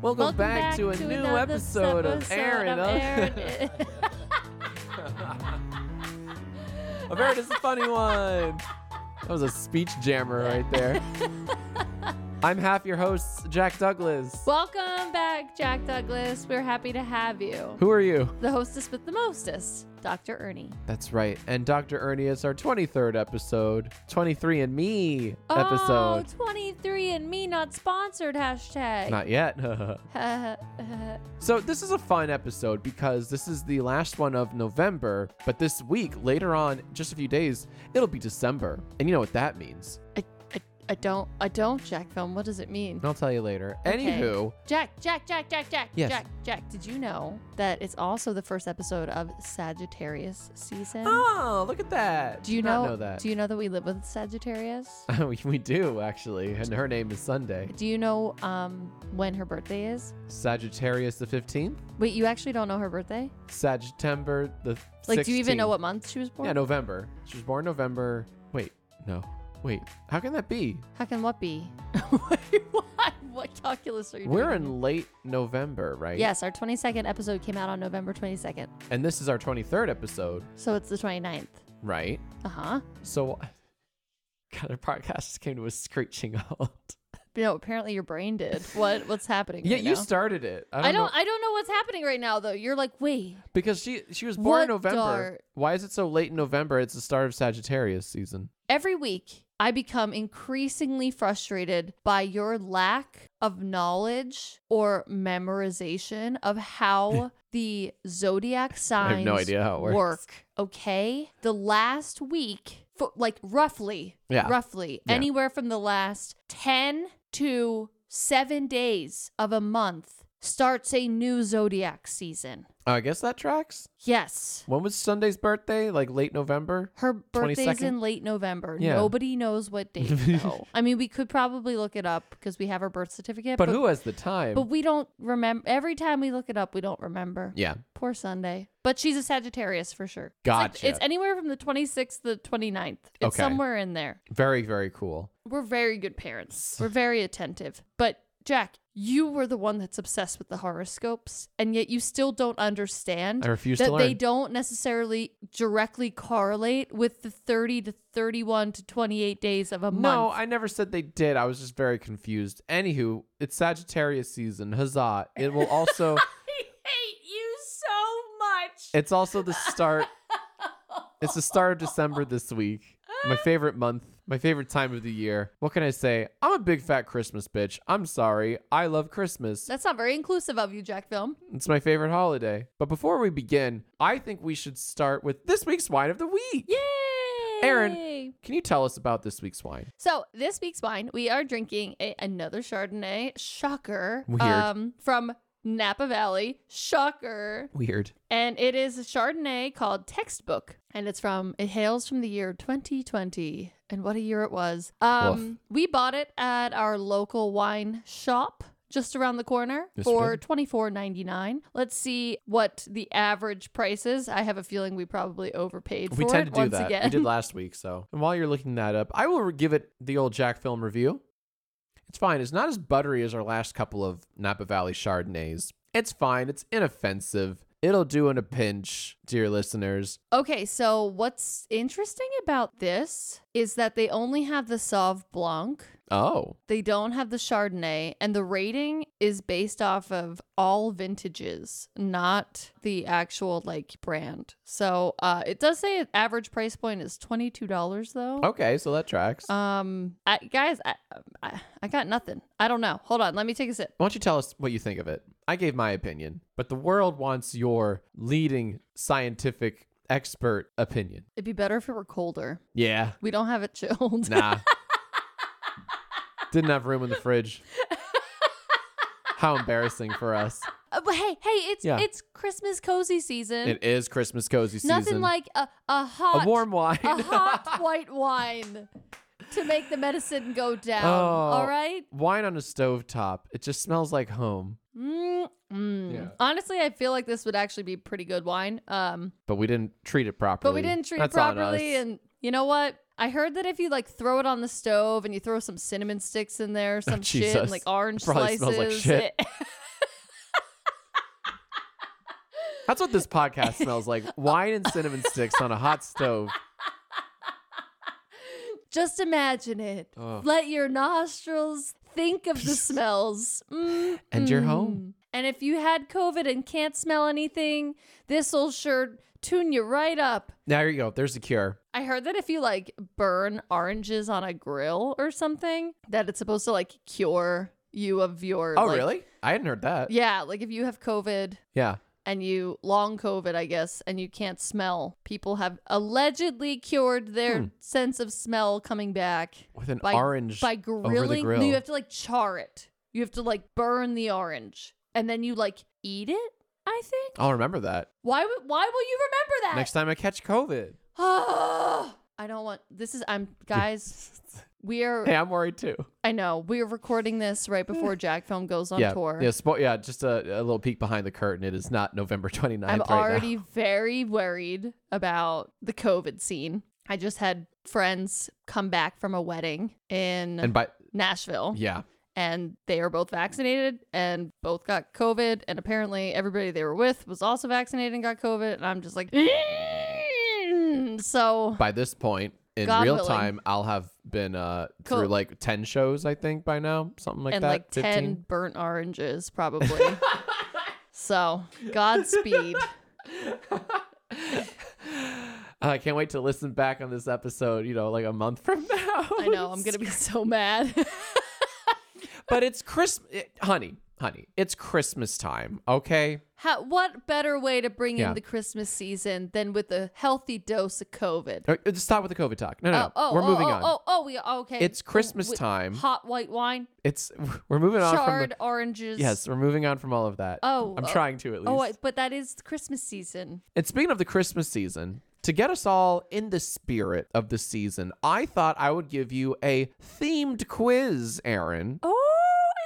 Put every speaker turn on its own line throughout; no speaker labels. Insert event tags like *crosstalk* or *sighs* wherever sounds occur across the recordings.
Welcome, back, to a new
another
episode, of
episode
Aaron.
of
Up-
Aaron.
of Aaron is *laughs* a funny *laughs* one. That was a speech jammer right *laughs* there. I'm half your host, Jack Douglas.
*laughs* Welcome back, Jack Douglas. We're happy to have you.
Who are you?
The hostess with the mostest, Dr. Ernie.
That's right. And Dr. Ernie is our 23rd episode, 23 and Me episode.
Oh, 23 and me not sponsored hashtag. *laughs*
Not yet. *laughs* so, this is a fun episode because this is the last one of November, but this week, later on, just a few days, it'll be December. And you know what that means.
I, I, I don't I don't Jack film. What does it mean?
And I'll tell you later.
Okay.
Anywho,
Jack, Jack, Jack, Jack, Jack,
Yes.
Jack, Jack. Did you know that it's also the first episode of Sagittarius season?
oh, look at that.
do you
Did not
know,
that? *laughs*
Do you know that we live with Sagittarius?
we, we do, actually. And her name is Sunday.
Do you know um, when her birthday is?
Sagittarius the 15th,
Wait, you actually don't know her birthday?
Sagitember the
Like, do you even
16th.
know what month she was born?
Yeah, November. She was born November. Wait, no. Wait, how can that be?
How can
*laughs*
what be? Wait, what? What calculus are you
We're
doing?
in late November, right?
Yes, our 22nd episode came out on November 22nd.
And this is our 23rd episode,
So it's the 29th.
right?
Uh huh.
So, *laughs* God, our podcast just came to a screeching halt.
No, apparently your brain did. What? What's happening?
Yeah,
right
you
now?
started it. I
I
don't,
don't.
know.
I don't know what's happening right now though. You're like, wait,
Because she she was born in
What
November.
dart?
Why is it so late in November? It's the start of Sagittarius season.
every week I become increasingly frustrated by your lack of knowledge or memorization
*laughs*
of how the zodiac signs
have no idea how it works.
work. Okay, the last week, fo- like roughly,
Yeah.
roughly
Yeah.
anywhere from the last ten to seven days of a month starts a new zodiac season.
Oh, I guess that tracks.
Yes.
When was Sunday's birthday? Like late November?
Her birthday's
22nd?
in late November.
Yeah.
Nobody knows
*laughs*
what date though. I mean, we could probably look it up because we have her birth certificate.
But, who has the time?
But we don't remember. Every time we look it up, we don't remember.
yeah.
Poor Sunday. But she's a Sagittarius for sure. It's,
Gotcha.
like, it's anywhere from the 26th to the 29th. It's
Okay.
somewhere in there.
Very, very cool.
We're very good parents. We're very attentive. But Jack, you were the one that's obsessed with the horoscopes, and yet you still don't understand
I refuse
that
to learn.
they don't necessarily directly correlate with the 30 to 31 to 28 days of a
No,
month.
I never said they did. I was just very confused. Anywho, it's Sagittarius season. Huzzah. It will
*laughs*
also
I hate you so much.
it's also the start it's the start of December this week. My favorite month, my favorite time of the year. What can I say? I'm a big fat Christmas bitch. I'm sorry. I love Christmas.
That's not very inclusive of you, Jack Film.
It's my favorite holiday. But before we begin, I think we should start with this week's wine of the week.
Yay!
Aaron. Can you tell us about this week's wine?
So this week's wine, we are drinking a, another Chardonnay. Shocker.
Weird.
Um, from Napa Valley. Shocker.
Weird.
And it is a Chardonnay called Textbook. And it's from, it hails from the year 2020. And what a year it was. Um, we bought it at our local wine shop just around the corner
Yes, we
for
did.
twenty four ninety nine. Let's see what the average price is. I have a feeling we probably overpaid for
We tend to
it
do
once
that.
again.
We
*laughs*
did last week, so. And while you're looking that up, I will re- give it the old Jack Film review. It's fine. It's not as buttery as our last couple of Napa Valley Chardonnays. It's fine. It's inoffensive. It'll do in a pinch, dear listeners.
Okay, so what's interesting about this is that they only have the Sauve Blanc.
Oh,
They don't have the Chardonnay, and the rating is based off of all vintages, not the actual like brand. So uh, it does say its average price point is twenty two dollars though.
okay. So that tracks.
Um, I, guys, I, I I got nothing. I don't know. Hold on, let me take a sip.
Why don't you tell us what you think of it? I gave my opinion, but the world wants your leading scientific expert opinion.
It'd be better if it were colder.
Yeah.
We don't have it
*laughs*
chilled.
Nah. Didn't have room in the fridge. How embarrassing for us.
Uh, *laughs* but hey, hey, it's
Yeah.
it's Christmas cozy season.
It is Christmas cozy season.
Nothing like a, a hot
a warm wine. *laughs*
a hot white wine to make the medicine go down. All
Oh.
right.
wine on a stovetop. It just smells like home.
Mm, mm.
Yeah.
Honestly, I feel like this would actually be pretty good wine. Um,
But we didn't treat it properly.
but we didn't treat
That's
it
on
properly,
us.
and you know what? I heard that if you like throw it on the
*laughs*
stove and you throw some cinnamon sticks in there, some shit, and
Jesus.
like orange
Probably
slices,
smells like shit.
it-
That's what this podcast smells
*laughs*
like wine and cinnamon sticks on a hot stove.
*laughs* Just imagine it.
Ugh.
Let your nostrils think of
*laughs*
the smells. Mm,
And you're
mm.
home.
And if you had COVID and can't smell anything, this'll sure tune you right up.
There you go. There's the cure.
I heard that if you like burn oranges on a grill or something, that it's supposed to like cure you of your.
Oh,
like-
really? I hadn't heard that.
Yeah, like if you have COVID
Yeah.
and you long COVID, I guess, and you can't smell, people have allegedly cured their
Hmm.
sense of smell coming back
With an
By-
orange
by
over the
grilling.
grill.
No, you have to like char it. You have to like burn the orange and then you like eat it. I think.
I'll remember that
Why would? Why will you remember that?
Oh. next time I catch COVID.
Ah, *sighs* I don't want. This is. I'm
*laughs*
guys. We are.
Hey, I'm worried too.
I know. We are recording this right before Jack Film goes on
yeah.
tour.
Yeah, spo- yeah, just a, a little peek behind the curtain. It is not November *laughs* 29th
I'm
right
already
now.
very worried about the COVID scene. I just had friends come back from a wedding in
And
*laughs*
by
Nashville,
yeah,
and they are both vaccinated and both got COVID. And apparently, everybody they were with was also vaccinated and got COVID. And I'm just like, "Mm." so
by this point in
God
real
willing.
time, I'll have been uh
Co-
through like 10 shows I think by now, something like
and
that.
like 10 burnt
*laughs*
oranges, probably. so, Godspeed.
I can't wait to listen back on this episode, you know, like a month *laughs* from now.
I know, I'm going to be so mad.
*laughs*
*laughs*
but it's Christmas, honey, honey. It's Christmas time, okay?
How, what better way to bring
Yeah.
in the Christmas season than with a healthy dose of COVID?
Uh, Just stop with the COVID talk. No, no,
Oh,
no.
oh,
we're
oh,
moving
oh,
on.
Oh, oh, we okay.
It's Christmas
Wi-
time.
Hot white wine,
It's *laughs* we're moving on from the-
charred oranges.
Yes, we're moving on from all of that.
Oh,
I'm
oh,
trying to at least.
Oh, I- but that is the Christmas season.
And speaking of the Christmas season, to get us all in the spirit of the season, I thought I would give you a themed quiz, Aaron.
Oh,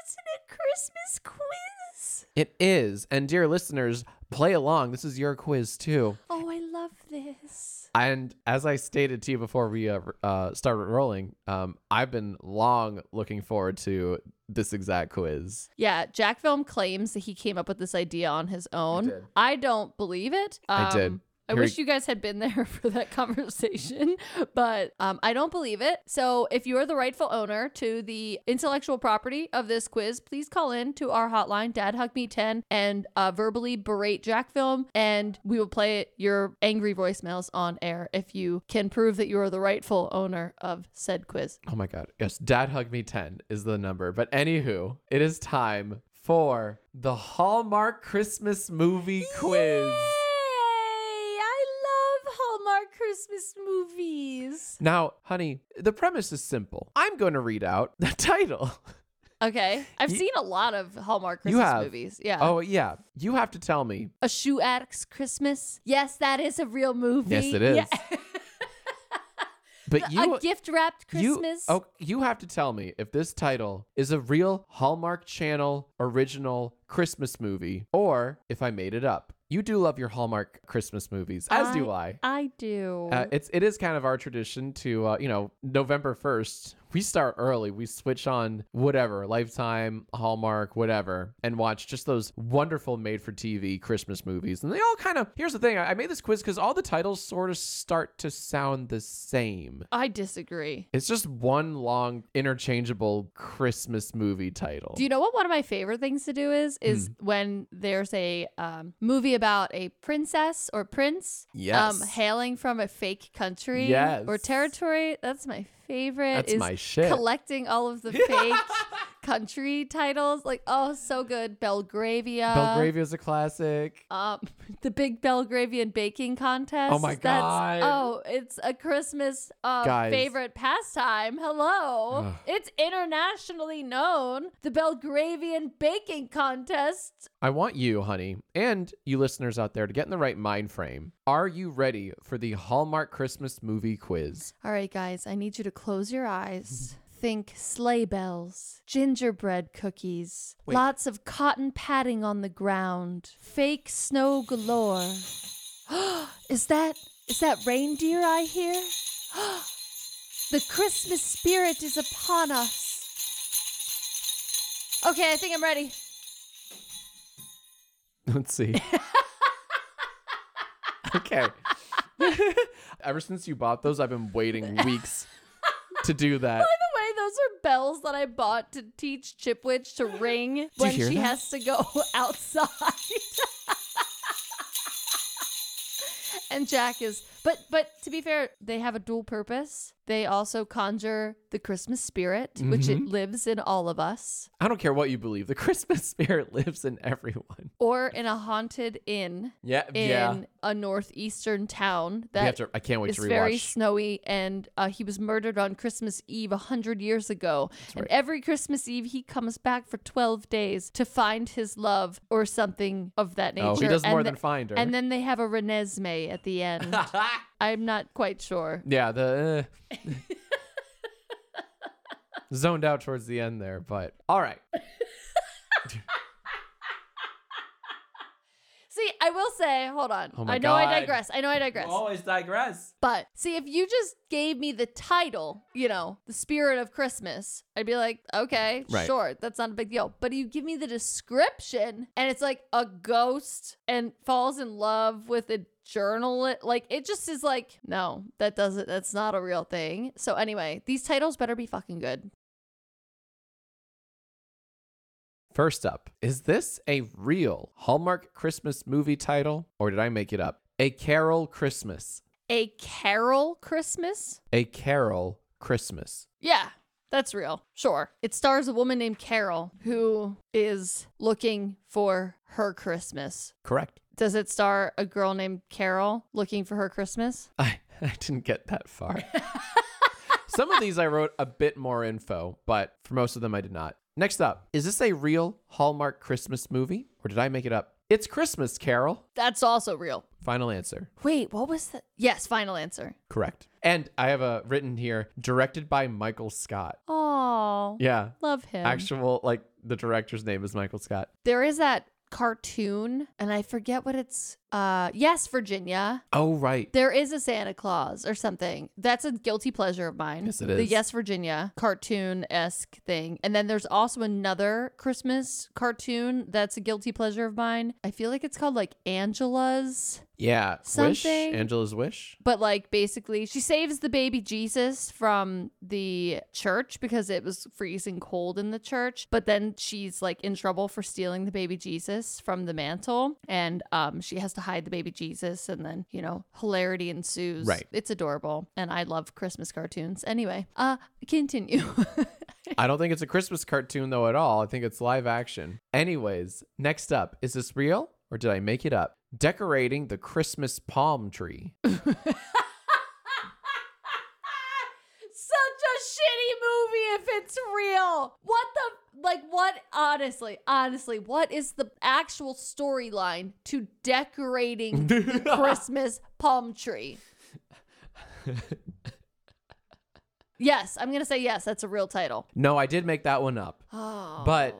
isn't it Christmas quiz?
It is. And dear listeners, play along. This is your quiz too.
Oh, I love this.
And as I stated to you before we uh, uh, started rolling, um, I've been long looking forward to this exact quiz.
Yeah, Jack Film claims that he came up with this idea on his own.
did.
I don't believe it. Um,
I did.
I
Here-
wish you guys had been *laughs* there for that conversation, *laughs* but um, I don't believe it. So, if you are the rightful owner to the intellectual property of this quiz, please call in to our hotline, Dad Hug Me 10, and uh, verbally berate Jack Film, and we will play your angry voicemails on air if you can prove that you are the rightful owner of said quiz.
Oh my God. Yes, Dad Hug Me 10 is the number. But anywho, it is time for the Hallmark Christmas movie quiz.
Yay! I love Hallmark Christmas movies.
Now, honey, the premise is simple. I'm going to read out the *laughs* title.
Okay, I've
You-
seen a lot of Hallmark
You
Christmas
have.
movies. Yeah.
Oh, yeah. You have to tell me.
A Shoe Addict's Christmas. Yes, that is a real movie.
Yes, it is.
*laughs*
But you
a gift wrapped Christmas.
You, oh, you have to tell me if this title is a real Hallmark Channel original Christmas movie or if I made it up. You do love your Hallmark Christmas movies, as do I.
I do.
Uh, it's it is kind of our tradition to uh, you know November first we start early we switch on whatever Lifetime Hallmark whatever and watch just those wonderful made for TV Christmas movies and they all kind of here's the thing I, I made this quiz because all the titles sort of start to sound the same
I disagree.
it's just one long interchangeable Christmas movie title.
Do you know what one of my favorite things to do is? Is
Hmm.
when there's a um, movie about a princess or prince
Yes.
um, hailing from a fake country
Yes.
or territory. That's my favorite.
That's
is
my shit.
Collecting all
*laughs*
of the fake country titles, like oh, so good. Belgravia.
Belgravia is a classic.
Um, *laughs* the big Belgravian baking contest.
Oh my God.
oh, it's a Christmas uh,
Guys.
favorite pastime. Hello,
Ugh.
it's internationally known. The Belgravian baking contest.
I want you, honey, and you listeners out there to get in the right mind frame. Are you ready for the Hallmark Christmas movie quiz? *laughs*
All right, guys, I need you to close your eyes. Think sleigh bells, gingerbread cookies,
Wait.
lots of cotton padding on the ground, fake snow galore. *gasps* is that is that reindeer I hear? *gasps* the Christmas spirit is upon us. Okay, I think I'm ready.
Let's see. Okay.
*laughs*
Ever since you bought those, I've been
*laughs*
waiting weeks to do that.
By the way, those are bells that I bought to teach Chipwitch to ring when
hear
she
that?
has to go *laughs* outside. and Jack is but but to be fair, they have a dual purpose. They also conjure the Christmas spirit, which
Mm-hmm.
it lives in all of us,
I don't care what you believe. The Christmas spirit *laughs* lives in everyone.
or in a haunted inn
Yeah,
in
yeah.
a northeastern town
We
that
have to, I can't wait
It's
to rewatch.
very snowy, and uh, he was murdered on Christmas Eve a hundred years ago. And
right.
every Christmas Eve, he comes back for twelve days to find his love or something of that nature.
oh, he does
and
more
the-
than find her.
And then they have a Renesmee at
*laughs*
the end. I'm not quite sure.
yeah, the uh,
*laughs*
zoned out towards the end there, but all right.
See, I will say, hold on.
Oh my
I know I
God.
digress. I know I digress.
Always digress.
But see, if you just gave me the title, you know, the spirit of Christmas, I'd be like, okay,
Right.
sure, that's not a big deal. But you give me the description, and it's like a ghost and falls in love with a journal. Like it just is like, no, that doesn't. That's not a real thing. So anyway, these titles better be fucking good.
First up, is this a real Hallmark Christmas movie title or did I make it up? A Carol Christmas.
A Carol Christmas.
A Carol Christmas.
Yeah, that's real. Sure. It stars a woman named Carol who is looking for her Christmas.
Correct. *laughs*
Does it star a girl named Carol looking for her Christmas?
I, I didn't get that far. some of these I wrote a bit more info, but for most of them I did not. Next up, is this a real Hallmark Christmas movie or did I make it up? It's Christmas, Carol.
That's also real.
Final answer.
Wait, what was that? Yes, final answer.
Correct. And I have a written here directed by Michael Scott.
Oh,
Yeah.
love him.
Actual like the director's name is Michael Scott.
there is that cartoon, and I forget what it's. Uh, yes, Virginia.
Oh right.
There is a Santa Claus or something. That's a guilty pleasure of mine.
Yes, it
The
is.
Yes Virginia cartoon esque thing. And then there's also another Christmas cartoon that's a guilty pleasure of mine. I feel like it's called like Angela's.
Yeah. Wish.
Something-
Angela's
*laughs*
Wish.
But like basically she saves the baby Jesus from the church because it was freezing cold in the church, but then she's like in trouble for stealing the baby Jesus from the mantle and um she has to hide the baby Jesus and then, you know, hilarity ensues.
Right.
It's adorable and I love Christmas cartoons. Anyway, uh continue. *laughs*
I don't think it's a Christmas cartoon though at all. I think it's live action. Anyways, next up, is this real or did I make it up? Decorating the Christmas palm
*laughs*
tree. *laughs*
Such a shitty movie if it's real. What the like what honestly, honestly, what is the actual storyline to
*laughs*
decorating the Christmas palm tree? yes, I'm going to say yes, that's a real title.
No, I did make that one up.
Oh.
But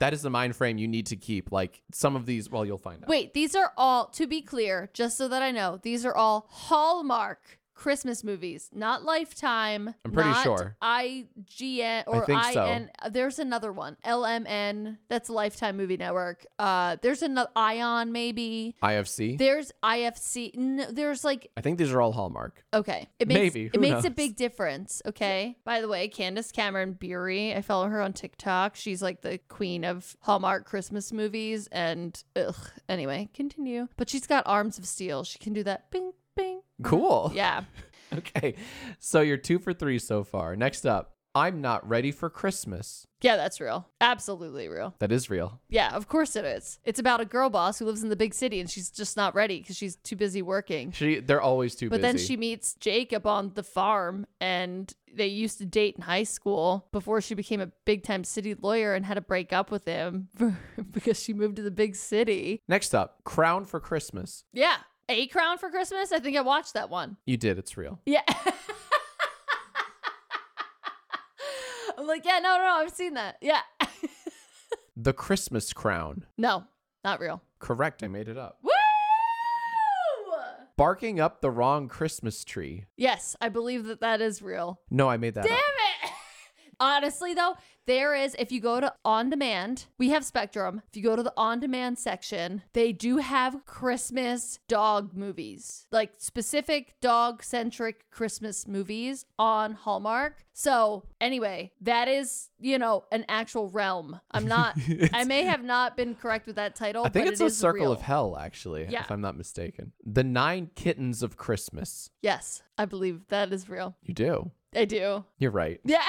that is the mind frame you need to keep. Like some of these, well, you'll find out.
Wait, these are all, to be clear, just so that I know, these are all Hallmark Christmas movies, not Lifetime.
I'm pretty
not
sure.
IGN or
think so.
IN. There's another one, LMN. That's Lifetime Movie Network. Uh, there's another Ion, maybe.
IFC.
There's IFC. No, there's like
I think these are all Hallmark.
Okay. It makes,
Maybe.
It
Who
makes a
knows?
big difference. Okay. By the way, Candace Cameron Bure, I follow her on TikTok. She's like the queen of Hallmark Christmas movies. And ugh. Anyway, continue. But she's got arms of steel. She can do that. Bing, bing.
Cool.
Yeah.
*laughs* Okay. So you're two for three so far. Next up, I'm not ready for Christmas.
Yeah, that's real. Absolutely real.
That is real.
Yeah, of course it is. It's about a girl boss who lives in the big city and she's just not ready because she's too busy working.
She they're always too busy.
But then she meets Jacob on the farm, and they used to date in high school before she became a big time city lawyer and had to break up with him *laughs* because she moved to the big city.
Next up, Crown for Christmas.
Yeah. A Crown for Christmas? I think I watched that one.
You did, it's real.
Yeah. *laughs* I'm like, yeah, no, no, no, I've seen that. Yeah. *laughs*
The Christmas Crown.
no, not real.
Correct, I made it up.
Woo!
Barking up the wrong Christmas tree.
Yes, I believe that that is real.
No, I made that
Damn
up.
it! *laughs* Honestly, though, there is, if you go to on demand, we have Spectrum. If you go to the on demand section, they do have Christmas dog movies, like specific dog centric Christmas movies on Hallmark. So, anyway, that is, you know, an actual realm.
*laughs*
I'm not, I may have not been correct with that title.
I think
but
it's
it
a
is
circle
real.
of hell, actually,
Yeah.
if I'm not mistaken. The Nine Kittens of Christmas.
Yes, I believe that is real.
You do.
I do.
You're right.
Yeah. *laughs*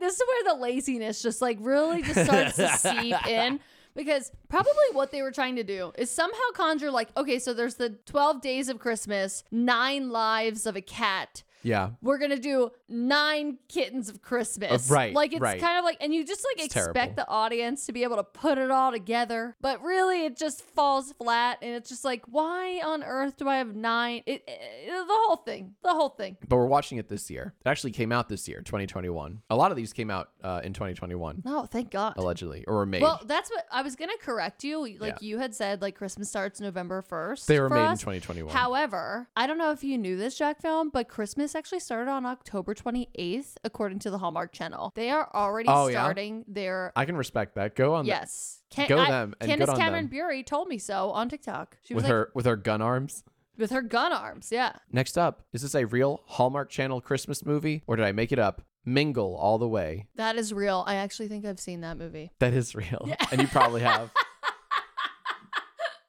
this is where the laziness just like really just starts to
*laughs*
seep in because probably what they were trying to do is somehow conjure like okay so there's the 12 days of christmas nine lives of a cat
Yeah.
we're gonna do nine kittens of christmas
Uh, right,
like it's
right.
kind of like and you just like
It's
expect
terrible.
the audience to be able to put it all together but really it just falls flat and it's just like why on earth do i have nine it, it- the whole thing the whole thing
But we're watching it this year. It actually came out this year, 2021. A lot of these came out uh, in 2021,
no Oh, thank god
allegedly, or were made.
Well, that's what I was gonna correct you. Like
Yeah.
you had said, like Christmas starts November first.
they were made in 2021.
However, I don't know if you knew this, Jack Film, but Christmas actually started on October 28th, according to the Hallmark Channel. They are already
Oh, yeah?
starting their
I can respect that. Go on. the-
yes. Can-
Go them and good
Candace
on
Cameron
them.
Bury told me so on TikTok. She was
with
like
her with her gun arms.
with her gun arms. Yeah.
Next up, is this a real Hallmark Channel Christmas movie, or did I make it up? Mingle all the way.
That is real. I actually think I've seen that movie.
That is real. And you probably
*laughs*
have.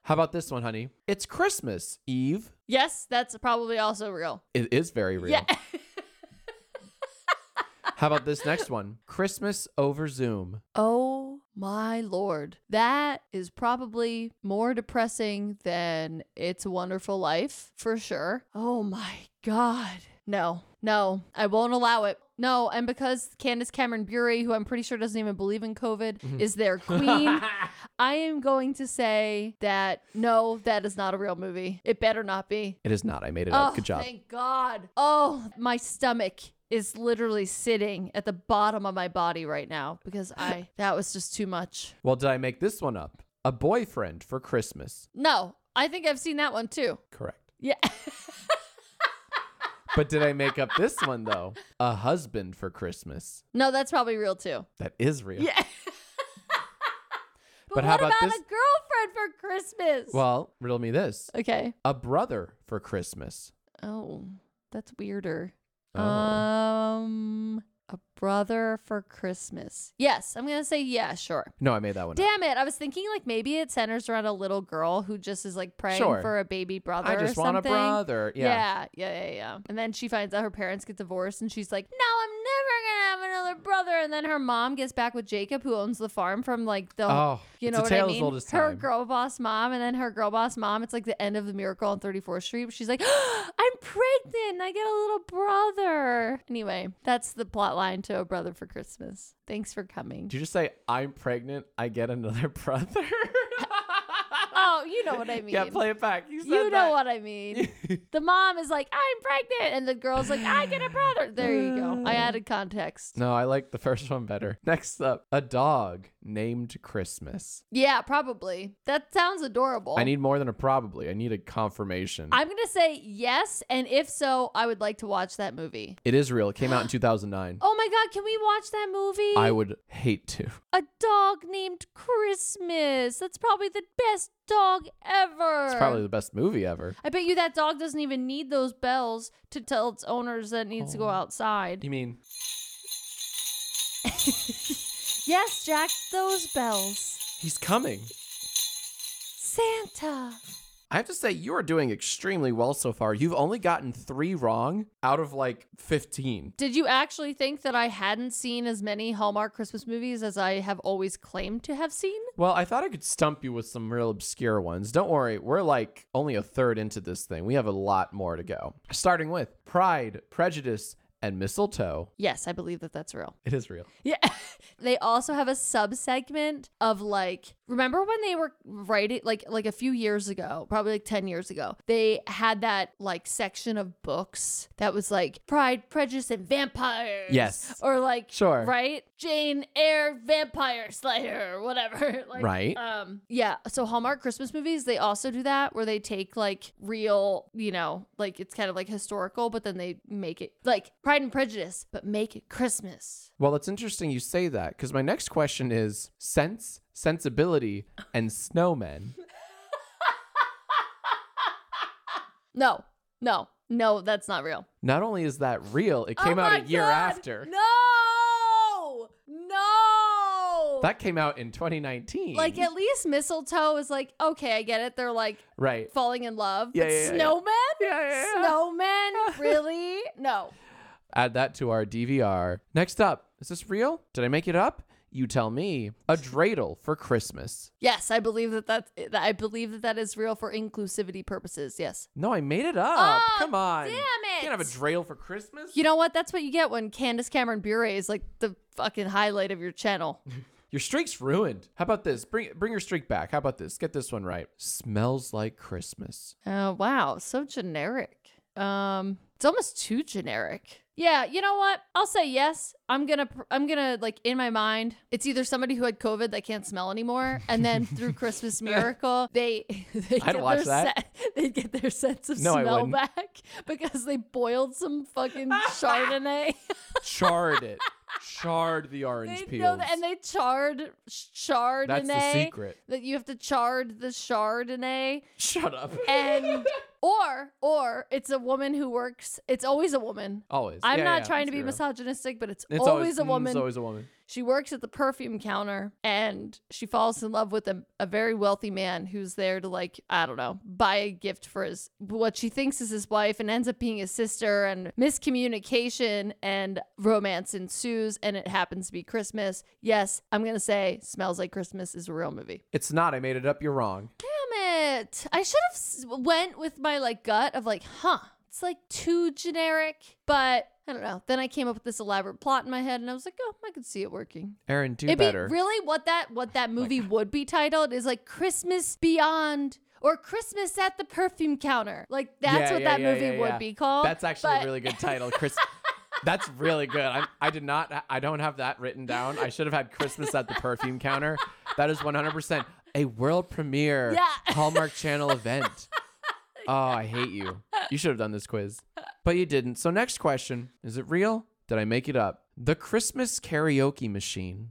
How about this one, honey? It's Christmas Eve.
Yes, that's probably also real.
It is very real.
Yeah.
How about this next one? Christmas over Zoom.
Oh my lord. That is probably more depressing than It's a Wonderful Life, for sure. Oh my god. No, no, I won't allow it. No, and because Candace Cameron Bure, who I'm pretty sure doesn't even believe in COVID, is their queen, I am going to say that no, that is not a real movie. It better not be.
It is not. I made it up.
Oh,
Good job.
Thank God. Oh, my stomach is literally sitting at the bottom of my body right now because I
*laughs*
that was just too much.
Well, did I make this one up? A boyfriend for Christmas.
No, I think I've seen that one too.
Correct.
Yeah.
*laughs* But did I make up this one though? A husband for Christmas.
No, that's probably real too.
That is real.
Yeah. but,
But
what
how
about,
about
a girlfriend for Christmas?
Well, riddle me this.
okay.
A brother for Christmas.
Oh, that's weirder.
Oh.
Um a brother for Christmas. Yes, I'm going to say yeah, sure.
No, I made that one up.
Damn it. I was thinking like maybe it centers around a little girl who just is like praying
Sure.
for a baby brother.
I just
or
want a
something.
brother.
Yeah. yeah, yeah, yeah, And then she finds out her parents get divorced and she's like, No, I'm never gonna have another brother. And then her mom gets back with Jacob, who owns the farm from like the
Oh,
you
it's
know
a
what
tale
I
as
mean?
old as
Her
time.
girl boss mom and then her girl boss mom, it's like the end of the miracle on 34th Street. She's like, *gasps* I'm pregnant, I get a little brother. Anyway, that's the plot line to a brother for Christmas. Thanks for coming.
Did you just say I'm pregnant? I get another *laughs*
*laughs*
brother.
Oh, you know what I
*laughs*
mean.
yeah, play it back. *laughs* You, said
you know
that.
what I mean. the mom is like, I'm pregnant. And the girl's like, I get a brother. There you go.
Uh.
I added context.
No, I like the first one better. Next up, a dog named Christmas.
Yeah, probably. That sounds adorable.
I need more than a probably. I need a confirmation.
I'm going to say yes. And if so, I would like to watch that movie.
it is real. It came
*gasps*
out in 2009.
Oh my God, can we watch that movie?
I would hate to.
a dog named Christmas. That's probably the best dog ever.
It's probably the best movie ever.
I bet you that dog doesn't even need those bells to tell its owners that it needs to
Oh.
go outside.
You mean
Yes, Jack, those bells.
he's coming?
Santa.
I have to say, you are doing extremely well so far. You've only gotten three wrong out of like 15.
Did you actually think that I hadn't seen as many Hallmark Christmas movies as I have always claimed to have seen?
Well, I thought I could stump you with some real obscure ones. Don't worry, we're like only a third into this thing. We have a lot more to go. Starting with Pride, Prejudice, and Mistletoe.
Yes, I believe that that's real.
It is real.
Yeah. *laughs* they also have a sub segment of like remember when they were writing like like a few years ago, probably like 10 years ago. They had that like section of books that was like Pride, Prejudice and Vampires.
Yes.
Or like
Sure.
Right? Jane Eyre Vampire Slayer *laughs* or whatever. Like,
Right.
Um yeah. So Hallmark Christmas movies, they also do that where they take like real, you know, like it's kind of like historical, but then they make it like Pride and Prejudice, but make it Christmas.
Well, it's interesting you say that because my next question is sense, sensibility, and snowmen.
No, no, no, that's not real.
Not only is that real, it came
Oh
out
my
a year
God!
after.
No, no.
That came out in 2019.
like at least mistletoe is like okay, I get it. They're like
right.
falling in love.
Yeah,
but
yeah, yeah, yeah.
snowmen,
Yeah, yeah, yeah. *laughs*
snowmen, really? No.
Add that to our DVR. Next up, is this real? Did I make it up? You tell me. A dreidel for Christmas.
Yes, I believe that that's, that I believe that that is real for inclusivity purposes. Yes.
No, I made it up.
Oh,
Come on.
damn
You can't have a
it.
dreidel for Christmas.
You know what? That's what you get when Candace Cameron Bure is like the fucking highlight of your channel.
Your streak's ruined. How about this? Bring bring your streak back. How about this? Get this one right. Smells like Christmas.
Oh, wow. So generic. Um, it's almost too generic. Yeah, you know what? I'll say yes. I'm gonna, pr- I'm gonna like in my mind, it's either somebody who had COVID that can't smell anymore, and
*laughs*
then through Christmas Miracle, they *laughs* they
I'd
get
watch
their
that.
se- *laughs* they get their sense of
No, I
smell
wouldn't.
back *laughs* because they boiled some
*laughs*
fucking Chardonnay.
Charred
*laughs*
it. Charred the orange
they
peels.
know that, and they charred Chardonnay.
That's the secret.
That you have to chard the Chardonnay.
Shut up. *laughs*
and or or it's a woman who works it's always a woman
Always.
i'm
Yeah,
not
yeah,
trying to
that's
be
real.
misogynistic but it's,
It's
always,
mm,
a woman
It's always a woman.
she works at the perfume counter and she falls in love with a, a very wealthy man who's there to like i don't know buy a gift for his what she thinks is his wife and ends up being his sister and miscommunication and romance ensues and it happens to be christmas yes i'm gonna say smells like christmas is a real movie
It's not. I made it up. You're wrong.
Damn it! I should have s- went with my like gut of like, huh, it's like too generic. But I don't know. Then I came up with this elaborate plot in my head, and I was like, oh, I could see it working.
Aaron, do
It'd
better. Oh
be really what that what that movie would be titled is like Christmas Beyond or Christmas at the perfume counter. Like that's
Yeah,
what
yeah,
that
yeah,
movie
yeah,
would
yeah.
be called.
That's actually
but-
a really good
*laughs*
title, Chris. That's really good. I, I did not. I don't have that written down. I should have had Christmas at the perfume counter. That is 100 percent a world premiere
Yeah.
Hallmark Channel event.
*laughs*
Oh, I hate you. You should have done this quiz, but you didn't. So next question: Is it real? Did I make it up? The Christmas karaoke machine.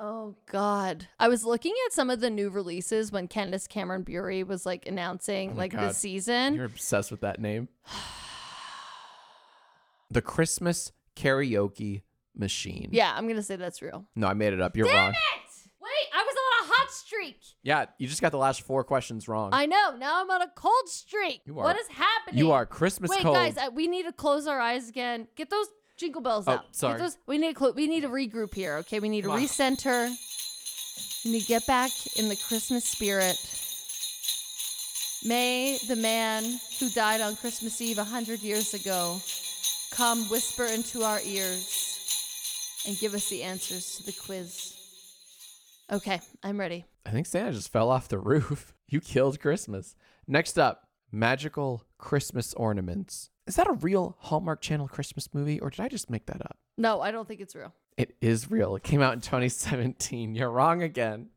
Oh God! I was looking at some of the new releases when Candace Cameron Bure was like announcing like the
Oh God.
season.
You're obsessed with that
*sighs*
name. The Christmas karaoke machine.
yeah, I'm gonna say that's real.
No, I made it up. You're wrong.
Wait, I was on a hot streak.
Yeah, you just got the last four questions wrong.
I know. Now I'm on a cold streak.
You
What
are-
is happening?
you are Christmas
Wait,
cold.
guys, I, we need to close our eyes again. Get those jingle bells
Oh,
out. Get
sorry.
those- we need to clo- we need to regroup here. Okay, we need to
Come on.
recenter. We need to get back in the Christmas spirit. May the man who died on Christmas Eve a hundred years ago come whisper into our ears and give us the answers to the quiz. Okay, I'm ready.
I think Santa just fell off the *laughs* roof. You killed Christmas. Next up, magical Christmas ornaments. Is that a real Hallmark Channel Christmas movie, or did I just make that up?
No, I don't think it's real.
It is real. It came out in 2017. You're wrong
*laughs*
again.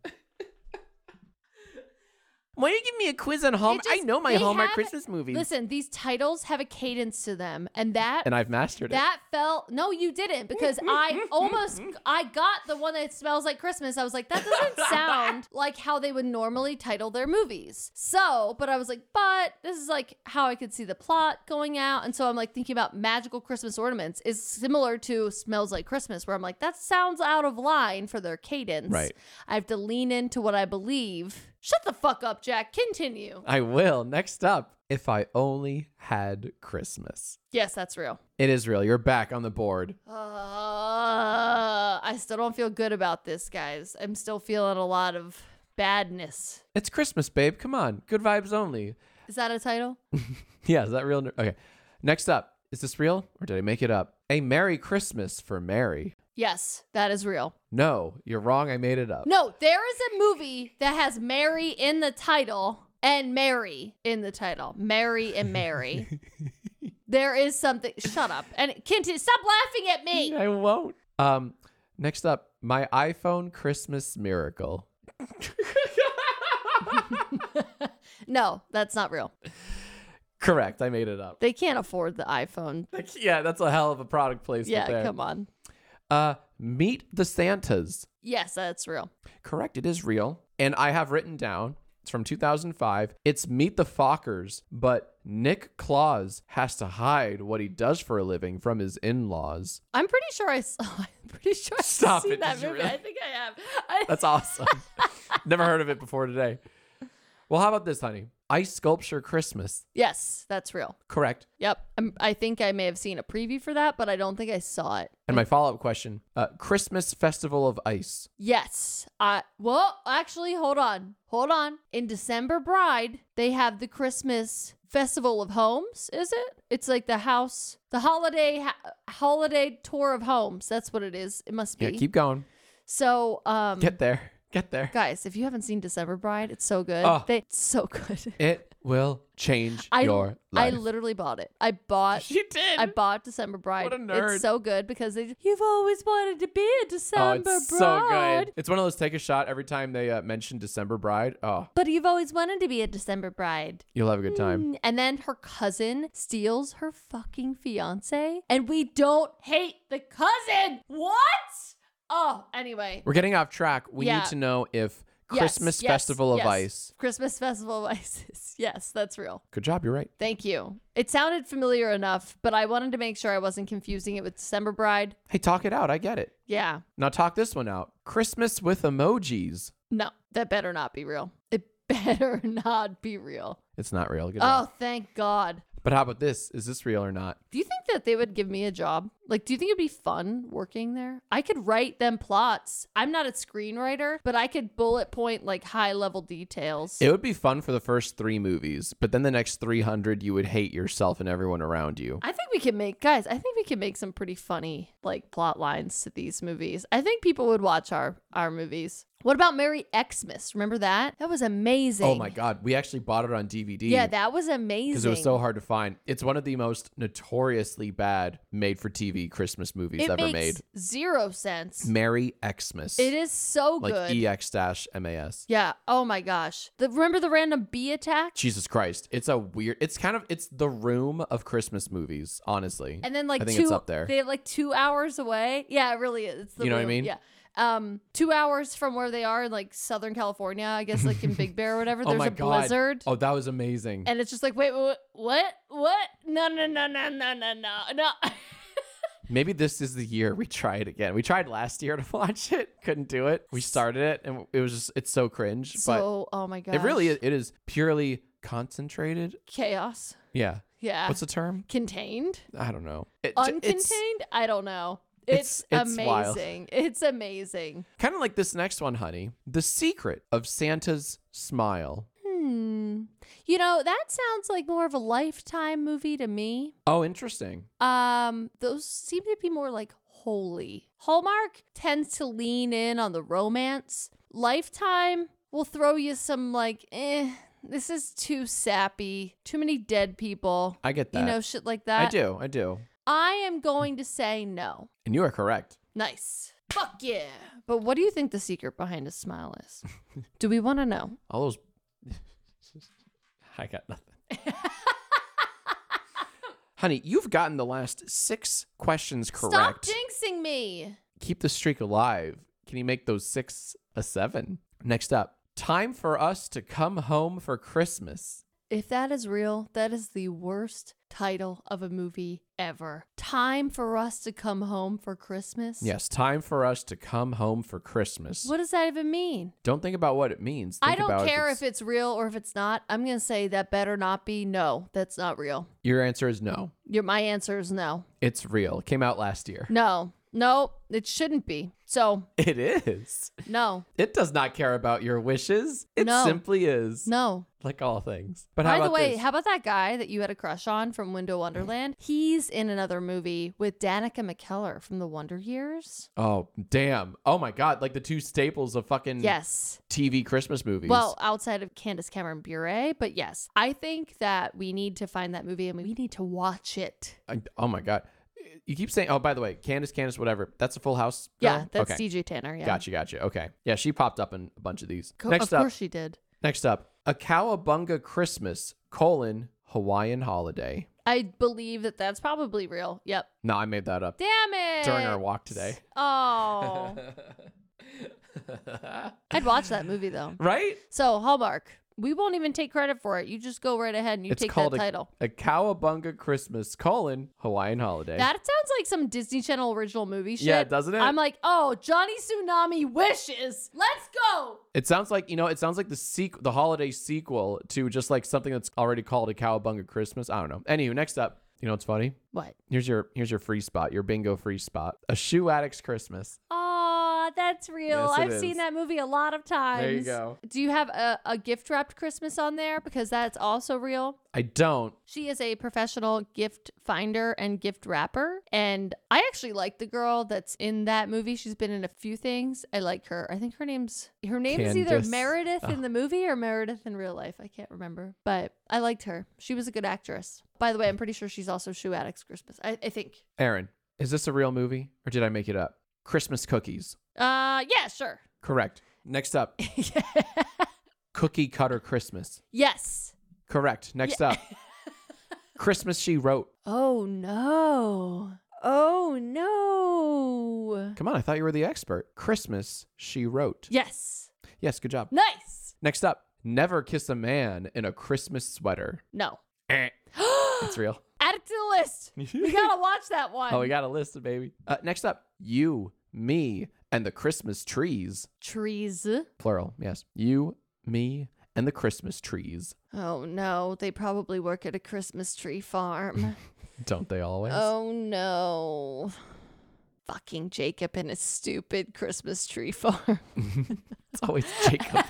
Why are you giving me a quiz on Hallmark?
It
Um,
just-
I know my
they
Hallmark
have-
Christmas movies,
Listen, these titles have a cadence to them, and that
and I've mastered it.
that felt no, you didn't because I almost I got the one that smells like Christmas. I was like, that doesn't sound like how they would normally title their movies. So, but I was like, but this is like how I could see the plot going out, and so I'm like thinking about magical Christmas ornaments is similar to smells like Christmas, where I'm like, that sounds out of line for their cadence.
Right.
I have to lean into what I believe. Shut the fuck up, Jack. Continue.
I will. Next up, if I only had Christmas.
Yes, that's real.
It is real. You're back on the board.
Uh, I still don't feel good about this, guys. I'm still feeling a lot of badness.
It's Christmas, babe. Come on. Good vibes only. *laughs*
Is that a title?
Yeah, is that real? Okay. Next up. Is this real or did I make it up? A Merry Christmas for Mary.
Yes, that is real.
No, you're wrong. I made it up.
No, there is a movie that has Mary in the title and Mary in the title. Mary and Mary. there is something. Shut up and continue. Stop laughing at me.
I won't. Um, next up, my iPhone Christmas miracle.
no, that's not real.
Correct. I made it up.
They can't afford the iPhone.
Like, yeah, that's a hell of a product placement
yeah,
there.
come on.
Uh, meet the Santas.
Yes, that's real.
Correct. It is real. And I have written down, it's from 2005. It's Meet the Fockers, but Nick Claus has to hide what he does for a living from his in laws.
I'm pretty sure I saw. *laughs* I'm pretty sure I've
Stop
seen
it.
that
Did you
movie.
really?
I think I have. I,
That's awesome. *laughs* Never heard of it before today. Well, how about this, honey? Ice Sculpture Christmas.
yes, that's real.
Correct.
Yep. i I think I may have seen a preview for that, but I don't think I saw it.
And my follow up question uh, Christmas Festival of Ice.
Yes. I well, actually, hold on, hold on. In December Bride, they have the Christmas Festival of Homes. Is it? It's like the house, the holiday ha- holiday tour of homes. That's what it is. It must be.
Yeah, keep going.
so, um,
Get there. Get there.
guys, if you haven't seen December Bride, it's so good.
Oh.
They, it's so good. *laughs*
It will change
I
your
I
life.
literally bought it. I bought
she did.
I bought December Bride.
What a nerd.
It's so good because they you've always wanted to be a
Oh,
December
it's so
Bride.
good. It's one of those take a shot every time they uh, mention December Bride. Oh,
But you've always wanted to be a December Bride.
you'll have a good time.
Mm, And then her cousin steals her fucking fiance, and we don't hate the cousin. What? Oh, anyway.
We're getting off track. We
Yeah.
need to know if
Yes,
Christmas
yes,
Festival of
yes.
Ice.
Christmas Festival of Isis. *laughs* Yes, that's real.
Good job. You're right.
Thank you. It sounded familiar enough, but I wanted to make sure I wasn't confusing it with December Bride.
Hey, talk it out. I get it.
Yeah.
Now talk this one out. Christmas with emojis.
No, that better not be real. It *laughs* better not be real.
It's not real. Good job.
Oh, thank God.
But how about this? Is this real or not?
Do you think that they would give me a job? Like, do you think it'd be fun working there? I could write them plots. I'm not a screenwriter, but I could bullet point like high level details.
It would be fun for the first three movies, but then the next 300, you would hate yourself and everyone around you.
I think we can make, guys, I think we can make some pretty funny like plot lines to these movies. I think people would watch our our movies. What about Merry Xmas? Remember that? That was amazing.
Oh my God. We actually bought it on DVD.
Yeah, that was amazing.
because it was so hard to find. It's one of the most notoriously bad made for TV Christmas movies
It
ever
makes
made.
zero sense.
Merry Xmas.
It is so
like E
good.
EX dash MAS.
yeah. Oh my gosh. The, remember the random bee attack?
Jesus Christ. It's a weird it's kind of it's the room of Christmas movies, honestly.
And then like
I think
two,
it's up there.
They like two hours away. Yeah, it really is. It's the
You know what I
real-
mean?
Yeah. Um, two hours from where they are in like Southern California, I guess, like in Big Bear or whatever.
*laughs* oh
there's
my
a
god.
blizzard,
Oh, that was amazing.
and it's just like, wait, wait, what, what? No, no, no, no, no, no, no, no. *laughs*
Maybe this is the year we try it again. We tried last year *laughs* to watch it, couldn't do it. We started it and it was just it's so cringe,
so, oh my god,
but it really is, it is purely concentrated.
chaos.
Yeah.
Yeah,
What's the term?
contained,
I don't know. It,
Ah. uncontained.
it's-
I don't know.
it's-
It's,
it's wild.
amazing. It's amazing.
Kind of like this next one, honey. The secret of Santa's smile.
Hmm. You know, that sounds like more of a lifetime movie to me.
Oh, interesting.
Um, those seem to be more like holy. Hallmark tends to lean in on the romance. Lifetime will throw you some like, eh, this is too sappy, too many dead people,
I get that.
you know, shit like that.
I do. I do.
I am going to say no.
And you are correct.
Nice. Fuck yeah. But what do you think the secret behind a smile
*laughs*
is? do we want to know?
All those. *laughs* I got
*laughs*
nothing. honey, you've gotten the last six questions
Stop
correct.
jinxing me.
Keep the streak alive. Can you make those six a seven? Next up, time for us to come home for Christmas.
If that is real, that is the worst title of a movie ever. Time for us to come home for Christmas?
Yes, time for us to come home for Christmas.
What does that even mean?
Don't think about what it means.
I
Think
don't
about
care
it's-
if it's real or if it's not. I'm going to say that better not be no. That's not real.
Your answer is no.
Your my answer is no.
It's real. It came out last
*laughs*
year.
No. No, it shouldn't be. So,
It is.
no.
It does not care about your wishes. It
No.
simply is.
No.
Like all things. But how
By the
about
way,
this?
how about that guy that you had a crush on from Window Wonderland? He's in another movie with Danica McKellar from The Wonder Years.
oh, damn. Oh my god, like the two staples of fucking
Yes.
TV Christmas movies.
Well, outside of Candace Cameron Bure, but yes, I think that we need to find that movie and we need to watch it.
I- oh my god. You keep saying, oh, by the way, Candace, Candace, whatever. That's a full house.
Yeah,
girl?
that's
okay.
DJ Tanner. Yeah,
Gotcha, gotcha. Okay. Yeah, she popped up in a bunch of these.
Co-
next
of
up,
course she did.
next up, a cowabunga Christmas colon Hawaiian holiday.
I believe that that's probably real. Yep.
No, I made that up
Damn it.
during our walk today. *laughs*
Oh. I'd watch that movie though. *laughs*
right?
So Hallmark, we won't even take credit for it. You just go right ahead and you
it's
take that
called a,
title.
a Cowabunga Christmas colon Hawaiian holiday.
That sounds like some Disney Channel original movie shit.
Yeah, doesn't it?
I'm like, oh, Johnny Tsunami wishes. Let's go.
It sounds like you know. It sounds like the sequ- the holiday sequel to just like something that's already called a Cowabunga Christmas. I don't know. Anywho, next up, you know what's funny?
What?
Here's your here's your free spot, your bingo free spot. A shoe addict's Christmas.
Aw, that's real.
Yes, it
I've seen
is.
that movie a lot of times.
There you go.
Do you have a, a gift wrapped Christmas on there? Because that's also real.
I don't.
She is a professional gift finder and gift wrapper. And I actually like the girl that's in that movie. She's been in a few things. I like her. I think her name's her name is either
Candace.
Meredith
Oh.
in the movie or Meredith in real life. I can't remember. But I liked her. She was a good actress. By the way, I'm pretty sure she's also Shoe Addicts Christmas. I, I think.
Aaron, is this a real movie or did I make it up? Christmas cookies.
Uh yeah, sure. *laughs*
Correct. Next up, Cookie Cutter Christmas.
yes.
Correct. Next
*laughs*
up, Christmas She Wrote.
Oh no. Oh no.
Come on, I thought you were the expert. Christmas She Wrote.
Yes.
Yes, good job.
Nice.
Next up, Never Kiss a Man in a Christmas Sweater.
No.
Eh, it's real.
Add it to
*laughs*
the list. We gotta watch that
*gasps*
one.
Oh, we got a list, baby. Uh, next up, you, me, and the Christmas trees.
Trees.
Plural, yes. You, me, and the Christmas trees.
Oh no, they probably work at a Christmas tree farm.
*laughs* Don't they always?
oh no. Fucking Jacob and his stupid Christmas tree *laughs* farm.
It's always Jacob.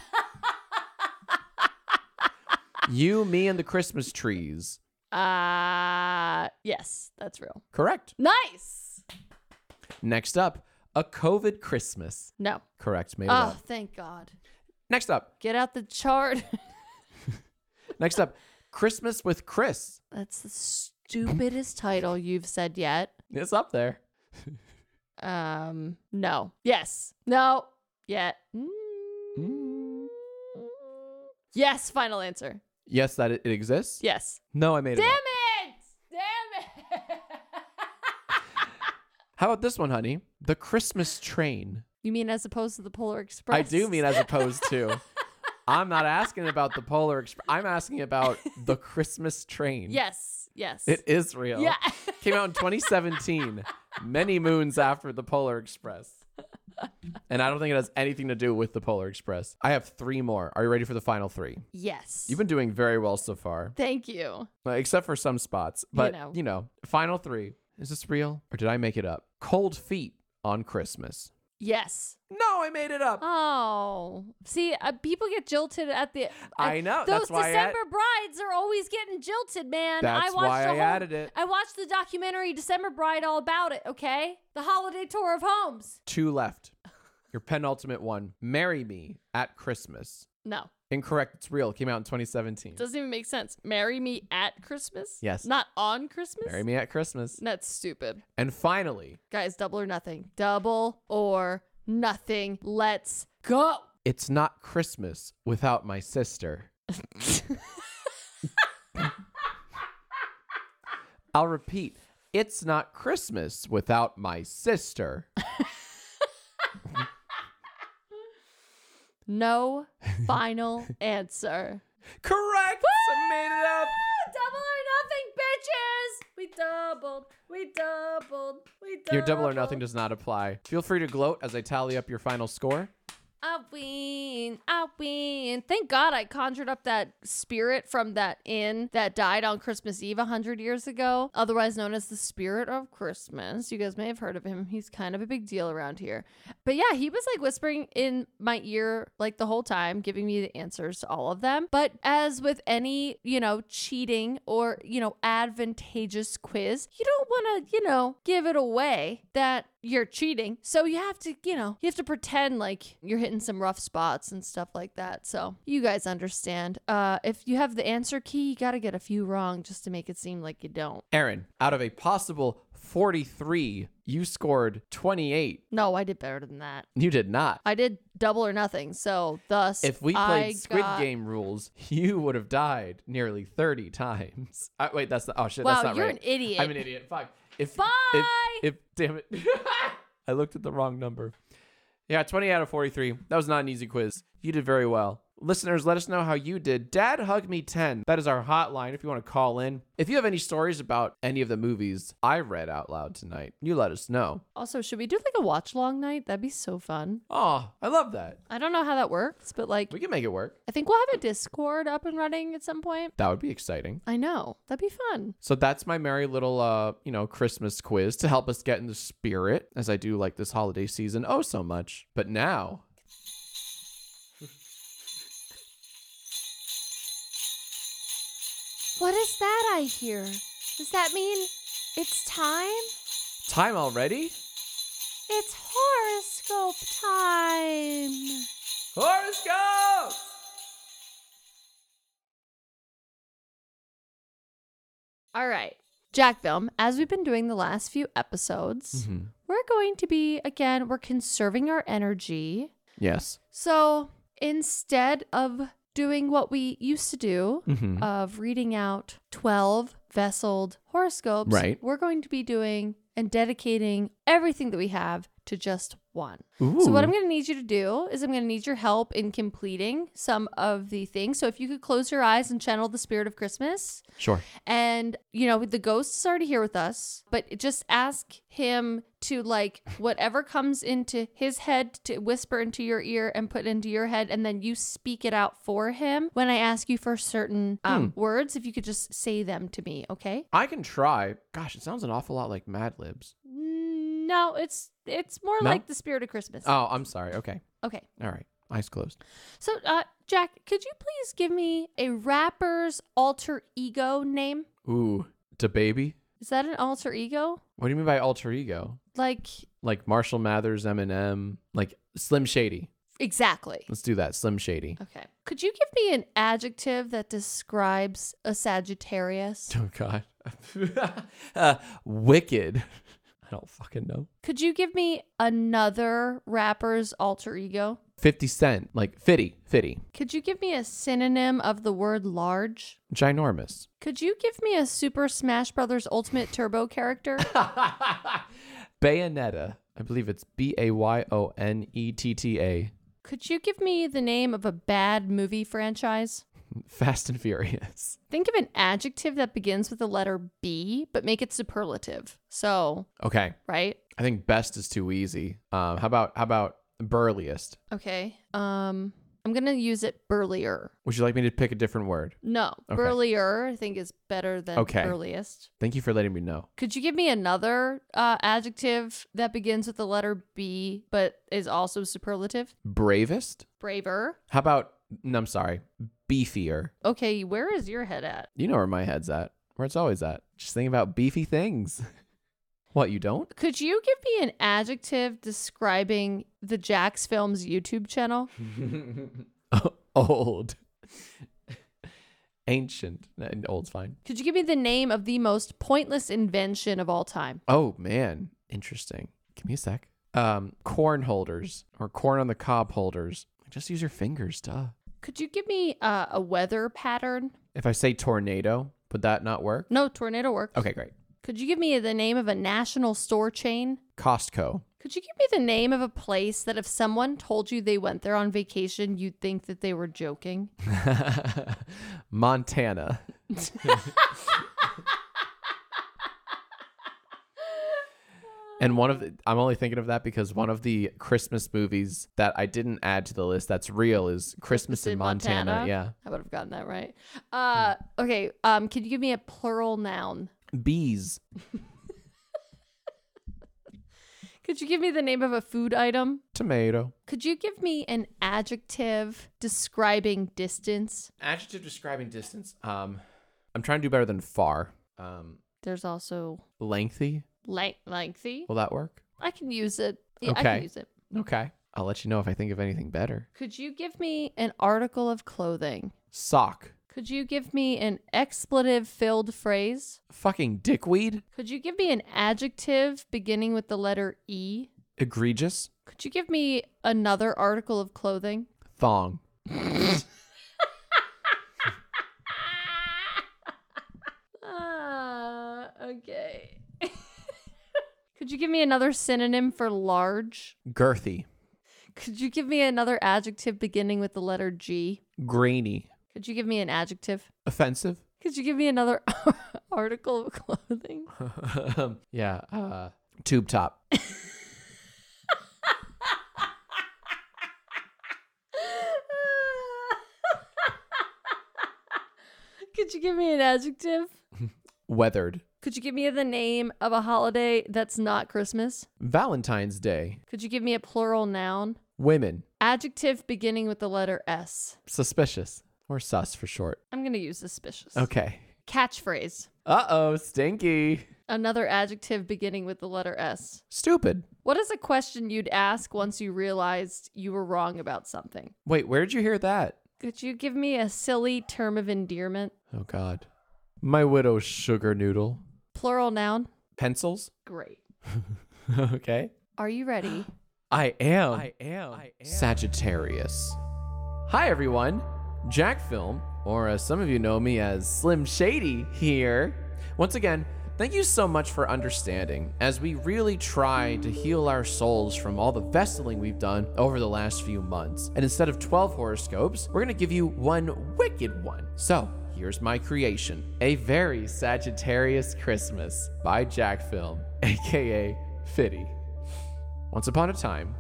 *laughs* you, me, and the Christmas trees.
Uh yes, that's real.
Correct.
Nice.
Next up, a COVID Christmas.
No.
Correct. Made it
Oh,
up.
thank God.
Next up.
Get out the chart. *laughs*
Next up, Christmas with Chris.
That's the stupidest title you've said yet.
It's up there.
Um, no. Yes. No. Yet.
Mm.
Yes, final answer.
Yes, that it, it exists.
Yes.
No, I made it.
Damn
up.
it! Damn it!
How about this one, honey? The Christmas train.
You mean as opposed to the Polar Express?
I do mean as opposed
*laughs*
to. I'm not asking about the Polar Express. I'm asking about the Christmas train.
Yes. Yes.
It is real.
*laughs* yeah.
Came out in 2017, many moons after the Polar Express. And I don't think it has anything to do with the Polar Express. I have three more. Are you ready for the final three?
yes.
You've been doing very well so far,
Thank you.
uh, except for some spots. But,
know.
you know, final three. Is this real or did I make it up? Cold feet on Christmas.
Yes.
No, I made it up.
Oh, see, uh, people get jilted at the. uh,
I know,
Those
that's why I
December
add-
brides are always getting jilted, man. I
That's
watched
why
the
I
whole-
added it.
I watched the documentary December Bride all about it. Okay, the holiday tour of homes.
Two left. Your penultimate one. Marry me at Christmas.
No,
Incorrect. It's real. It came out in 2017.
doesn't even make sense. Marry me at Christmas.
Yes.
Not on Christmas.
Marry me at Christmas.
That's stupid,
And finally,
guys. Double or nothing. Double or nothing. Let's go.
It's not Christmas without my sister. I'll repeat. It's not Christmas without my sister.
No
*laughs*
final answer.
Correct. I made it up.
*laughs* Double or nothing, bitches! We doubled, we doubled, we doubled.
Your double or nothing does not apply. Feel free to gloat as I tally up your final score.
I win, I win. Thank God I conjured up that spirit from that inn that died on Christmas Eve 100 years ago, otherwise known as the Spirit of Christmas. You guys may have heard of him. He's kind of a big deal around here. But yeah, he was like whispering in my ear like the whole time, giving me the answers to all of them. But as with any, you know, cheating or, you know, advantageous quiz, you don't want to, you know, give it away that you're cheating. So you have to, you know, you have to pretend like you're hitting some rough spots and stuff like that. So you guys understand. Uh, if you have the answer key, you got to get a few wrong just to make it seem like you don't.
Aaron, out of a possible 43, you scored 28.
No, I did better than that.
You did not.
I did double or nothing. So thus,
If we
I
played Squid
got-
Game rules, you would have died nearly 30 times. Uh, wait, that's the oh shit,
Wow,
that's not
you're
right.
an idiot.
I'm an idiot. Fuck. If, if
Bye!
if damn it. *laughs* I looked at the wrong number. Yeah, 20 out of 43. That was not an easy quiz. You did very well. Listeners, let us know how you did. Dad Hug Me 10. That is our hotline if you want to call in. If you have any stories about any of the movies I read out loud tonight, you let us know.
also, should we do like a watch long night? That'd be so fun.
Oh, I love that.
I don't know how that works, but like,
We can make it work.
I think we'll have a Discord up and running at some point.
That would be exciting.
I know. That'd be fun.
So that's my merry little uh, you know, Christmas quiz to help us get in the spirit as I do like this holiday season oh so much. But now
What is that I hear? Does that mean it's time?
Time already?
It's horoscope time.
Horoscope!
All right. Jack Film, as we've been doing the last few episodes,
Mm-hmm.
we're going to be, again, we're conserving our energy.
Yes.
So instead of doing what we used to do
Mhm.
of reading out 12 vesseled horoscopes,
Right.
we're going to be doing and dedicating everything that we have to just one. So what I'm going to need you to do is I'm going to need your help in completing some of the things. So if you could close your eyes and channel the spirit of Christmas,
Sure.
and you know the ghost is already here with us, but just ask him to like whatever comes into his head to whisper into your ear and put into your head, and then you speak it out for him. When I ask you for certain um, words, if you could just say them to me, okay?
I can try. Gosh, it sounds an awful lot like Mad Libs.
No, it's it's more
No?
like the spirit of Christmas.
Oh, I'm sorry. Okay.
okay.
All right. Eyes closed.
So, uh, Jack, could you please give me a rapper's alter ego name?
Ooh, to baby.
Is that an alter ego?
What do you mean by alter ego?
Like,
Like Marshall Mathers, Eminem, like Slim Shady.
exactly.
Let's do that. Slim Shady.
Okay. Could you give me an adjective that describes a Sagittarius?
Oh God. *laughs* uh, wicked. *laughs* I don't fucking know.
Could you give me another rapper's alter ego?
Fifty Cent, like Fitty, Fitty,
Could you give me a synonym of the word large?
ginormous.
Could you give me a Super Smash Brothers Ultimate Turbo character?
*laughs* Bayonetta. I believe it's B A Y O N E T T A.
Could you give me the name of a bad movie franchise?
Fast and Furious.
Think of an adjective that begins with the letter B, but make it superlative. So,
Okay.
right?
I think best is too easy. Um, how about how about burliest?
Okay. Um, I'm gonna use it burlier.
Would you like me to pick a different word?
No,
Okay.
burlier I think is better than
Okay.
burliest.
Thank you for letting me know.
Could you give me another uh, adjective that begins with the letter B but is also superlative?
Bravest?
Braver.
How about no, I'm sorry. Beefier.
Okay, where is your head at?
You know where my head's at. Where it's always at. Just think about beefy things. *laughs* what, you
*laughs*
don't? *laughs*
Could you give me an adjective describing the Jax Films YouTube channel?
Old. Ancient. No, Old's fine.
Could you give me the name of the most pointless invention of all time?
Oh man. Interesting. Give me a sec. Um, corn holders or corn on the cob holders. Just use your fingers, duh.
Could you give me uh, a weather pattern?
If I say tornado, would that not work?
No, tornado works.
Okay, great.
Could you give me the name of a national store chain?
Costco. *laughs*
Could you give me the name of a place that if someone told you they went there on vacation, you'd think that they were joking?
Montana. and one of the, I'm only thinking of that because one of the Christmas movies that I didn't add to the list that's real is Christmas, in Montana. Yeah.
I would have gotten that right. Uh, okay. Um, could you give me a plural noun?
Bees.
Could you give me the name of a food item?
Tomato.
Could you give me an adjective describing distance?
Adjective describing distance. Um I'm trying to do better than far. Um
There's also
lengthy.
length, lengthy.
Will that work?
I can use it. Yeah, I can
Okay.
use it.
Okay. I'll let you know if I think of anything better.
Could you give me an article of clothing?
Sock.
Could you give me an expletive filled phrase?
Fucking dickweed.
Could you give me an adjective beginning with the letter E?
Egregious.
Could you give me another article of clothing?
Thong.
Ah, okay. *laughs* Could you give me another synonym for large?
Girthy.
Could you give me another adjective beginning with the letter G?
Grainy.
Could you give me an adjective?
Offensive. *laughs*
Could you give me another *laughs* article of *laughs* clothing?
yeah. Uh, tube top.
Could you give me an adjective?
Weathered.
Could you give me the name of a holiday that's not Christmas?
Valentine's Day.
Could you give me a plural noun?
Women.
Adjective beginning with the letter S.
Suspicious. Or sus for short.
I'm going to use suspicious.
Okay.
Catchphrase.
Uh oh, stinky.
Another adjective beginning with the letter S.
Stupid.
What is a question you'd ask once you realized you were wrong about something?
Wait, where did you hear that?
Could you give me a silly term of endearment?
Oh, God. My widow's sugar noodle.
Plural noun?
Pencils? *laughs*
Great.
okay.
Are you ready?
I am.
am. I am.
Sagittarius. Hi, everyone. Jack Film, or as some of you know me as Slim Shady, here. Once again, thank you so much for understanding as we really try to heal our souls from all the vestling we've done over the last few months. And instead of 12 horoscopes, we're going to give you one wicked one. So, here's my creation A Very Sagittarius Christmas by Jack Film, aka Fitty. Once upon a time,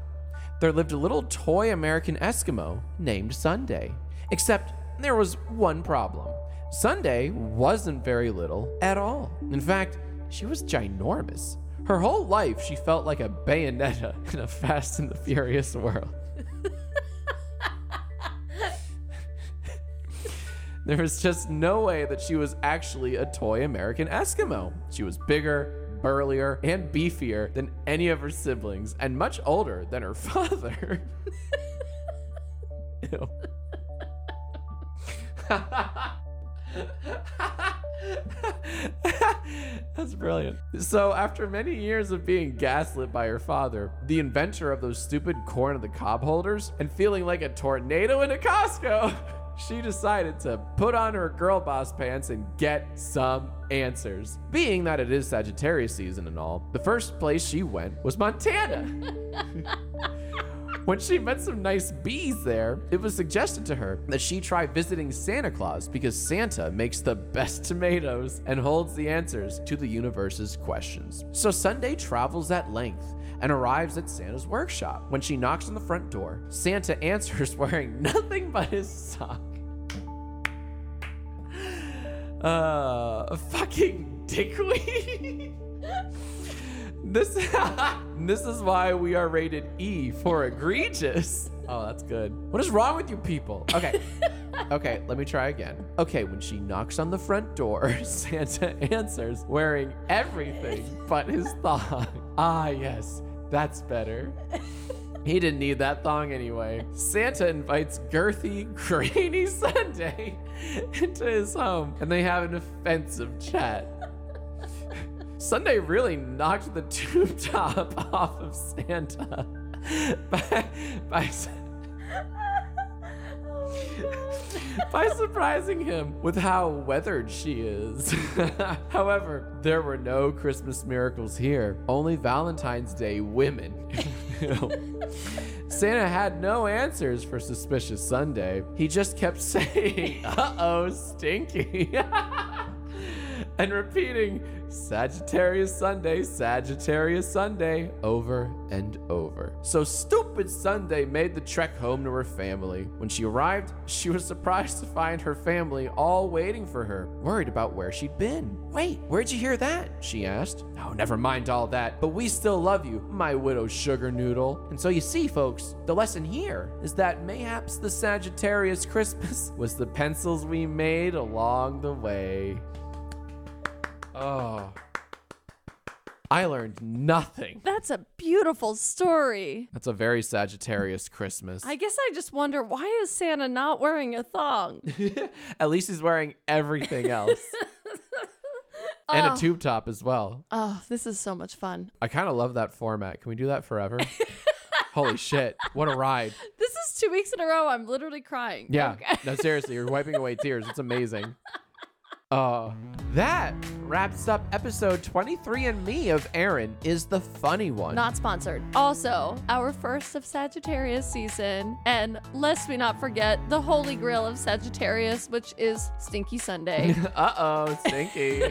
there lived a little toy American Eskimo named Sunday. Except there was one problem. Sunday wasn't very little at all. In fact, she was ginormous. Her whole life, she felt like a bayonetta *laughs* in a Fast and the Furious world. There was just no way that she was actually a toy American Eskimo. She was bigger, burlier, and beefier than any of her siblings, and much older than her *laughs* father. Ew. *laughs* That's brilliant. So, after many years of being gaslit by her father, the inventor of those stupid corn of the cob holders, and feeling like a tornado in a Costco, *laughs* she decided to put on her girl boss pants and get some answers. Being that it is Sagittarius season and all, the first place she went was Montana. When she met some nice bees there, it was suggested to her that she try visiting Santa Claus because Santa makes the best *laughs* tomatoes and holds the answers to the universe's questions. So Sunday travels at length and arrives at Santa's workshop. When she knocks on the front door, Santa *laughs* answers wearing nothing but his sock. *laughs* Uh, fucking *laughs* dickweed. This *laughs* this is why we are rated E for egregious. Oh, that's good. What is wrong with you people? Okay. Okay, let me try again. Okay, when she knocks on the front door, *laughs* Santa answers wearing everything but his thong. Ah, yes. That's better. He didn't need that thong anyway. Santa invites girthy, grainy *laughs* Sunday into his home, and they have an offensive chat. Sunday really knocked the *laughs* tube top off of Santa *laughs* by, by, by surprising him with how weathered she is. *laughs* However, there were no Christmas miracles here, only Valentine's Day women. *laughs* Santa had no answers for suspicious Sunday. He just kept *laughs* saying, uh oh, stinky. *laughs* and repeating Sagittarius Sunday, Sagittarius Sunday over and over. So stupid Sunday made the trek home to her family. When she arrived, she was surprised to find her family all waiting for her, worried about where she'd been. Wait, where'd you hear that? She asked. Oh, never mind all that, but we still love you, my widow sugar noodle. And so you see, folks, the lesson here is that mayhaps the Sagittarius Christmas *laughs* was the pencils we made along the way. Oh. I learned nothing.
That's a beautiful story.
That's a very Sagittarius Christmas.
I guess I just wonder why is Santa not wearing a thong?
At least he's wearing everything
*laughs*
else. and a tube top as well.
Oh, this is so much fun.
I kind of love that format. Can we do that
*laughs*
forever? Holy shit. What a ride.
This is two weeks in a row. I'm literally crying.
Yeah.
Okay. *laughs*
No, seriously, you're wiping away tears. It's amazing. Uh, that wraps up episode 23 and me of Aaron is the funny one.
Not sponsored. Also, our first of Sagittarius season. And lest we not forget, the holy grail of Sagittarius, which is Stinky Sunday.
*laughs* Uh-oh, stinky.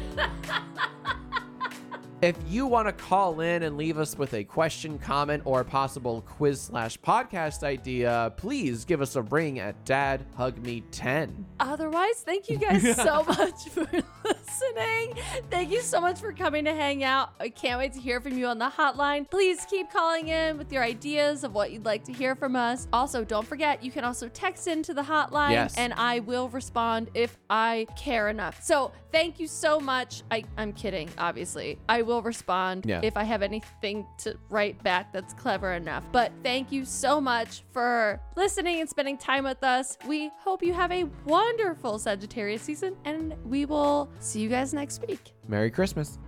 if you want to call in and leave us with a question, comment, or possible quiz slash podcast idea, please give us a ring at Dad Hug Me 10.
Otherwise, thank you guys so much for *laughs* listening. Thank you so much for coming to hang out. I can't wait to hear from you on the hotline. Please keep calling in with your ideas of what you'd like to hear from us. Also, don't forget, you can also text into the hotline
Yes.
and I will respond if I care enough. So, thank you so much. I, I'm kidding, obviously. I will respond
Yeah.
if I have anything to write back that's clever enough. But thank you so much for listening and spending time with us. We hope you have a wonderful Sagittarius season, and we will see you guys next week.
Merry Christmas.